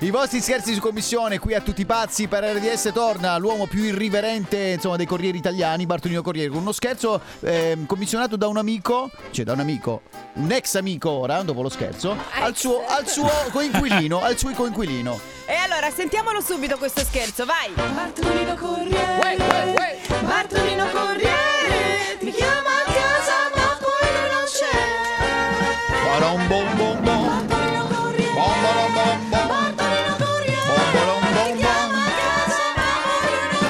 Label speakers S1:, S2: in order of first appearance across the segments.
S1: I vostri scherzi su commissione qui a tutti i pazzi per RDS torna l'uomo più irriverente insomma, dei corrieri italiani, Bartolino Corriere, con uno scherzo ehm, commissionato da un amico, cioè da un amico, un ex amico ora, dopo lo scherzo, al suo, al suo coinquilino, al suo coinquilino.
S2: E allora sentiamolo subito questo scherzo, vai!
S3: Bartolino Corriere
S1: Uè, uè, uè.
S3: Bartolino Corriere Ti chiama a casa ma poi lui non c'è
S1: Barom bom bom bom.
S3: Bartolino Corriere
S1: Bom bom bom
S3: Bartolino Corriere
S1: bom. Bom, bom, bom,
S3: Ti chiama a
S1: bom.
S3: casa ma poi lui non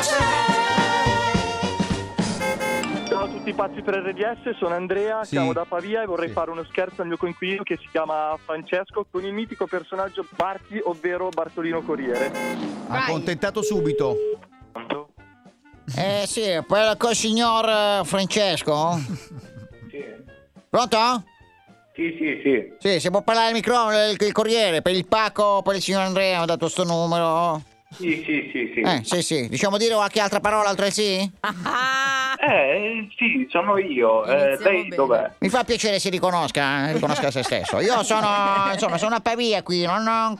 S3: c'è
S4: Ciao a tutti pazzi per RDS, sono Andrea,
S1: Sì.
S4: siamo da Pavia e vorrei
S1: Sì.
S4: fare uno scherzo al mio coinquilino che si chiama Francesco con il mitico personaggio Barti, ovvero Bartolino Corriere.
S1: Ha contentato subito.
S5: Eh sì, per col signor eh, Francesco? Pronto?
S6: Sì, sì, sì.
S5: Sì, se può parlare al microfono, il, il corriere, per il pacco, per il signor Andrea, ho dato sto numero.
S6: Sì, sì, sì, sì.
S5: Eh, sì, sì. Diciamo dire qualche altra parola altresì?
S2: Ah,
S6: Eh, sì, sono io. Eh,
S2: Iniziamo
S6: lei
S2: bene.
S6: dov'è?
S5: Mi fa piacere si riconosca, eh, riconosca se stesso. Io sono, insomma, sono a Pavia qui, non, non-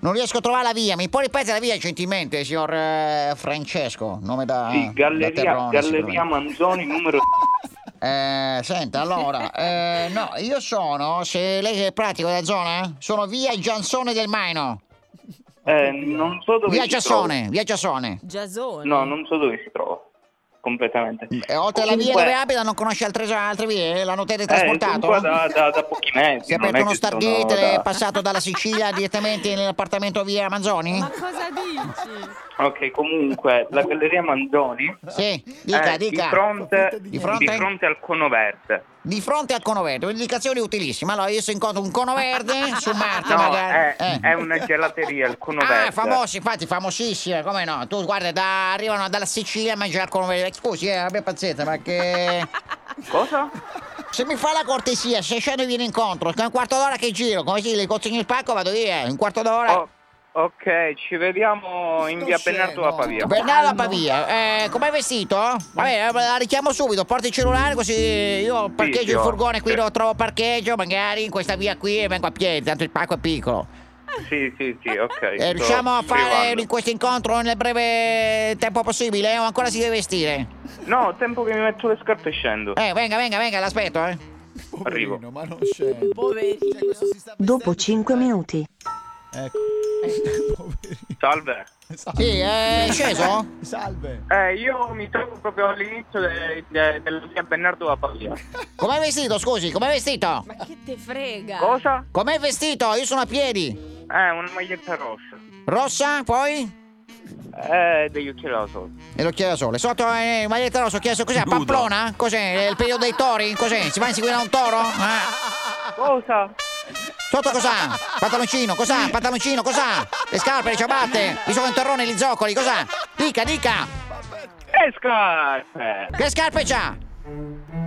S5: non riesco a trovare la via. Mi può ripetere la via gentilmente, signor eh, Francesco? Nome da,
S6: Sì,
S5: da
S6: Galleria,
S5: Terrone,
S6: Galleria
S5: sicuramente.
S6: Manzoni numero...
S5: Eh, senta, allora, eh, no, io sono, se lei è pratico della zona, sono via Giansone del Maino.
S6: Eh, non so dove
S5: Via
S6: si trova.
S5: Giassone, via Giassone.
S2: Giasone.
S6: No, non so dove si trova. Completamente. eh,
S5: E Eh, oltre alla via
S6: Comunque-
S5: dove abita non conosce altre, altre vie? L'hanno
S6: Eh, sono
S5: teletrasportato?
S6: qua da, da, da pochi mesi.
S5: si è
S6: non
S5: aperto uno
S6: che sono
S5: Stargate, è
S6: da-
S5: passato dalla Sicilia direttamente nell'appartamento via Manzoni?
S2: Ma cosa dici?
S6: Ok, comunque, la Galleria Manzoni...
S5: Sì, dica,
S6: è
S5: dica.
S6: Eh, Di fronte,
S5: Di fronte?
S6: di fronte al cono verde.
S5: Di fronte al cono verde, un'indicazione utilissima. Allora, io se incontro un cono verde su Marte,
S6: No,
S5: Ah,
S6: eh,
S5: magari. Eh.
S6: è, è una gelateria, il cono verde.
S5: Ah, famosi, infatti, famosissima, come no? Tu guarda, da- arrivano dalla Sicilia a mangiare il cono verde. Scusi, eh, abbia pazienza, ma che.
S6: Cosa?
S5: Eh. Se mi fa la cortesia, se scendo e viene incontro, è un quarto d'ora che giro, come si le consegno il pacco vado via, un quarto d'ora.
S6: Oh, ok, ci vediamo in via Bernardo da Pavia.
S5: Bernardo a Pavia, eh, com'è vestito? Vabbè, eh, la richiamo subito, porti il cellulare così io parcheggio il
S6: io-
S5: furgone qui,
S6: sì.
S5: lo trovo parcheggio, magari in questa via qui e vengo a piedi, tanto il pacco è piccolo.
S6: Sì, sì, sì, ok.
S5: Eh,
S6: sto
S5: riusciamo a fare
S6: privando.
S5: questo incontro nel breve tempo possibile o ancora si deve vestire?
S6: No, tempo che mi metto le scarpe e scendo.
S5: Eh, venga, venga, venga, l'aspetto, eh.
S6: Arrivo.
S1: Poverino, ma non scende.
S2: Poverino.
S7: Dopo 5 minuti.
S1: Ecco.
S6: Eh.
S1: Poverino.
S6: Salve.
S1: Salve.
S5: Sì, eh, è sceso?
S1: Salve.
S6: Eh, io mi trovo proprio all'inizio de- de- della via Bernardo da Pavia.
S5: Com'è vestito, scusi, com'è vestito?
S2: Ma che te frega?
S6: Cosa?
S5: Com'è vestito? Io sono a piedi.
S6: Eh, una maglietta rossa.
S5: Rossa, poi?
S6: Eh, degli occhiali sotto.
S5: E l'occhiello da sole. Sotto eh, maglietta rossa, occhiello da sole. Cos'è? Pamplona? Cos'è? È Il periodo dei tori? Cos'è? Si va a inseguire un toro? Eh?
S6: Cosa?
S5: Sotto cos'ha? Pantaloncino, cos'ha? Pantaloncino, cos'ha? Le scarpe, le ciabatte, i sovventorroni, gli zoccoli, cos'ha? Dica, dica!
S6: E scarpe!
S5: Che scarpe c'ha?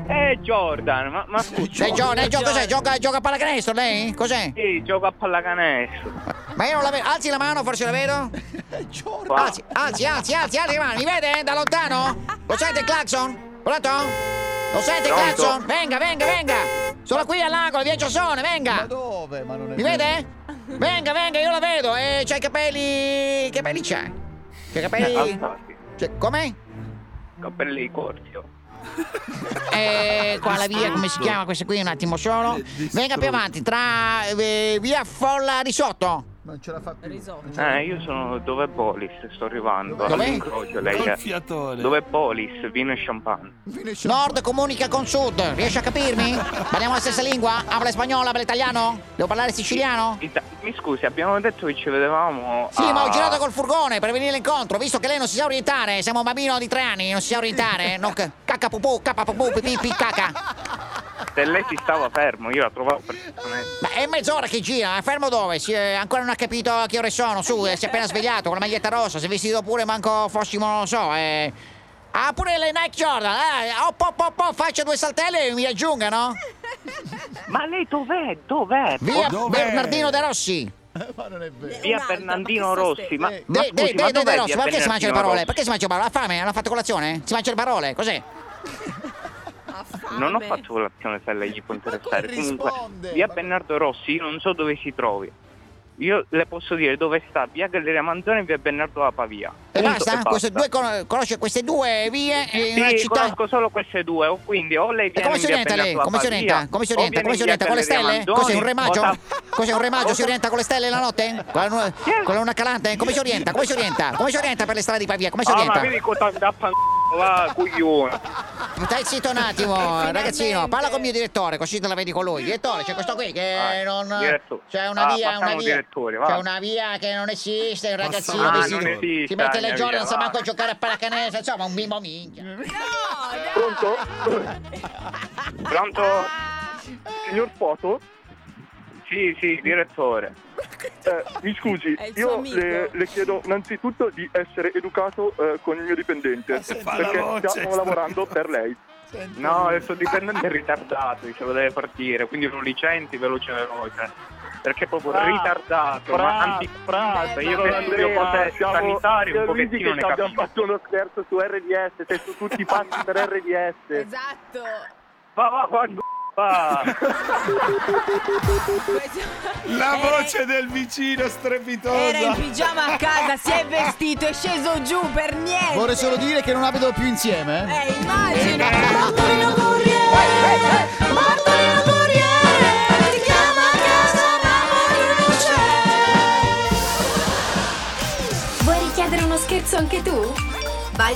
S6: E Jordan, ma, ma scusa.
S5: Lei gioca, lei gioca, cos'è? Gioca, gioca a pallacanestro lei? Cos'è?
S6: Sì, gioco a
S5: Ah,
S6: pallacanestro.
S5: Ma io non la vedo. Alzi la mano, forse la vedo?
S1: Giorgio.
S6: Qua.
S5: Alzi, alzi, alzi, alzi, alzi la mano. Mi vede? Da lontano? Lo sente il clacson? Pronto? Lo sente il
S6: Pronto.
S5: clacson? Venga, venga, venga! Sono qui all'angolo, via Giassone, venga!
S1: Ma dove? Ma non è
S5: Mi
S1: vero.
S5: vede? Venga, venga, io la vedo. E c'ha i capelli. Che capelli c'ha? C'ha i capelli.
S6: Alzati.
S5: C'è... Come?
S6: Capelli corti. oh.
S5: Eh, qua la via, come si chiama questa qui? Un attimo solo. Venga più avanti, tra eh, via Folla Risotto.
S1: Non ce la fa più.
S2: Risotto.
S1: Non ce la-
S6: Eh, io sono dove è Bolis, sto arrivando.
S5: Dov'è?
S6: All'incrocio lei è. Dove è Bolis, vino e champagne.
S1: Finisce-
S5: Nord comunica con Sud. Riesci a capirmi? Parliamo la stessa lingua? Habla spagnolo, habla italiano? Devo parlare siciliano?
S6: Ita- Mi scusi, abbiamo detto che ci vedevamo.
S5: Sì,
S6: a-
S5: ma ho girato col furgone per venire all'incontro, visto che lei non si sa orientare, siamo un bambino di tre anni, non si sa orientare, non c- cacca pupù, cacca pupù, pipì, pi, cacca.
S6: Se lei si stava fermo, io la trovavo perfettamente.
S5: Ma è mezz'ora che gira, è fermo dove? Si, eh, ancora non ha capito a che ore sono, su, eh, si è appena svegliato con la maglietta rossa, si è vestito pure manco fossimo, non lo so, eh. Ah, pure le Nike Jordan, eh, op, op, op, op, faccia due saltelli e mi aggiunga, no?
S6: Ma lei dov'è? Dov'è?
S5: Via Bernardino De Rossi.
S1: Ma non è vero.
S6: Via
S2: Un'altra,
S6: Bernardino
S2: ma che
S6: Rossi, ma,
S1: Eh,
S6: ma
S5: De, de,
S6: scusi,
S5: de,
S6: ma
S5: de,
S6: dov'è
S5: De Rossi,
S6: via
S5: ma perché si mangia le
S6: Bernardino
S5: parole?
S6: Rossi?
S5: Perché si mangia le parole? Ha fame? Hanno fatto colazione? Si mangia le parole, cos'è?
S2: Ha fame.
S6: Non ho fatto colazione se lei gli può
S1: Ah, Ma come
S6: interessare. Comunque,
S1: risponde?
S6: via
S1: Ma-
S6: Bernardo Rossi, io non so dove si trovi. Io le posso dire dove sta via Galleria Manzoni e via Bernardo da Pavia.
S5: E
S6: Punto
S5: Eh, basta? Queste due con- conosce queste due vie eh, in una
S6: Esatto, Sì,
S5: città.
S6: conosco solo queste due, o quindi o lei viene
S5: come si
S6: in via
S5: orienta lei?
S6: Bernardo da
S5: Come si
S6: Pavia,
S5: orienta? Come si
S6: o
S5: orienta?
S6: viene
S5: Come si
S6: in Oh, via
S5: orienta? Con le
S6: Galleria
S5: stelle?
S6: Manzoni,
S5: Cos'è un remaggio?
S6: o da-
S5: Cos'è un remaggio?
S6: o
S5: Si
S6: da-
S5: orienta con le stelle la notte? Con la, nu- con la luna calante? Come si orienta? Come si orienta? Come si orienta per le strade di Pavia? Come si
S6: Ah, ma
S5: orienta?
S6: vedi cosa mi dà pan... Va, coglione.
S5: Stai zitto un attimo, ragazzino, parla con il mio direttore, così te la vedi con lui. Direttore, c'è questo qui che
S6: Ah,
S5: non.
S6: direttore.
S5: C'è una
S6: Ah,
S5: via,
S6: passiamo
S5: una
S6: al
S5: via.
S6: direttore, va.
S5: C'è una via che non esiste, un ragazzino
S6: Ah,
S5: che
S6: non
S5: si,
S6: esiste,
S5: si mette le
S6: mia
S5: giorni,
S6: via,
S5: non sa
S6: va.
S5: manco giocare a pallacanestro, insomma, un bimbo minchia.
S4: Pronto?
S6: Pronto?
S2: Ah.
S5: Ah!
S4: Signor Foto?
S6: Sì, sì, direttore.
S4: Eh, mi scusi,
S2: È il suo
S4: io
S2: amico.
S4: le, le chiedo innanzitutto di essere educato eh, con il mio dipendente
S8: Eh, fa la
S4: perché
S8: voce,
S4: stiamo lavorando per lei.
S6: No, il suo dipendente è ritardato, dicevo deve partire, quindi lucenti, veloce veloce. Perché è proprio
S4: Bravo,
S6: ritardato,
S4: bravo,
S6: ma antipatico.
S2: bravo.
S6: Io con il mio potere
S4: siamo-
S6: sanitario un
S4: siamo convinti
S6: pochettino
S4: che
S6: ne
S4: ci abbiamo
S6: capisco.
S4: fatto uno scherzo su RDS, sei su tutti i passi per RDS.
S2: Esatto.
S6: Va, va, va, in g- va.
S2: Questo-
S8: La
S2: era-
S8: voce del vicino
S2: Era in
S8: strepitosa.
S2: pigiama a casa, si è vestito, è sceso giù per niente.
S1: Vorrei solo dire che non abito più insieme. eh.
S2: Eh, immagino.
S3: Bartolino Corriere, Bartolino Corriere, ti chiama a casa ma poi non c'è.
S9: Vuoi richiedere uno scherzo anche tu?
S10: Vai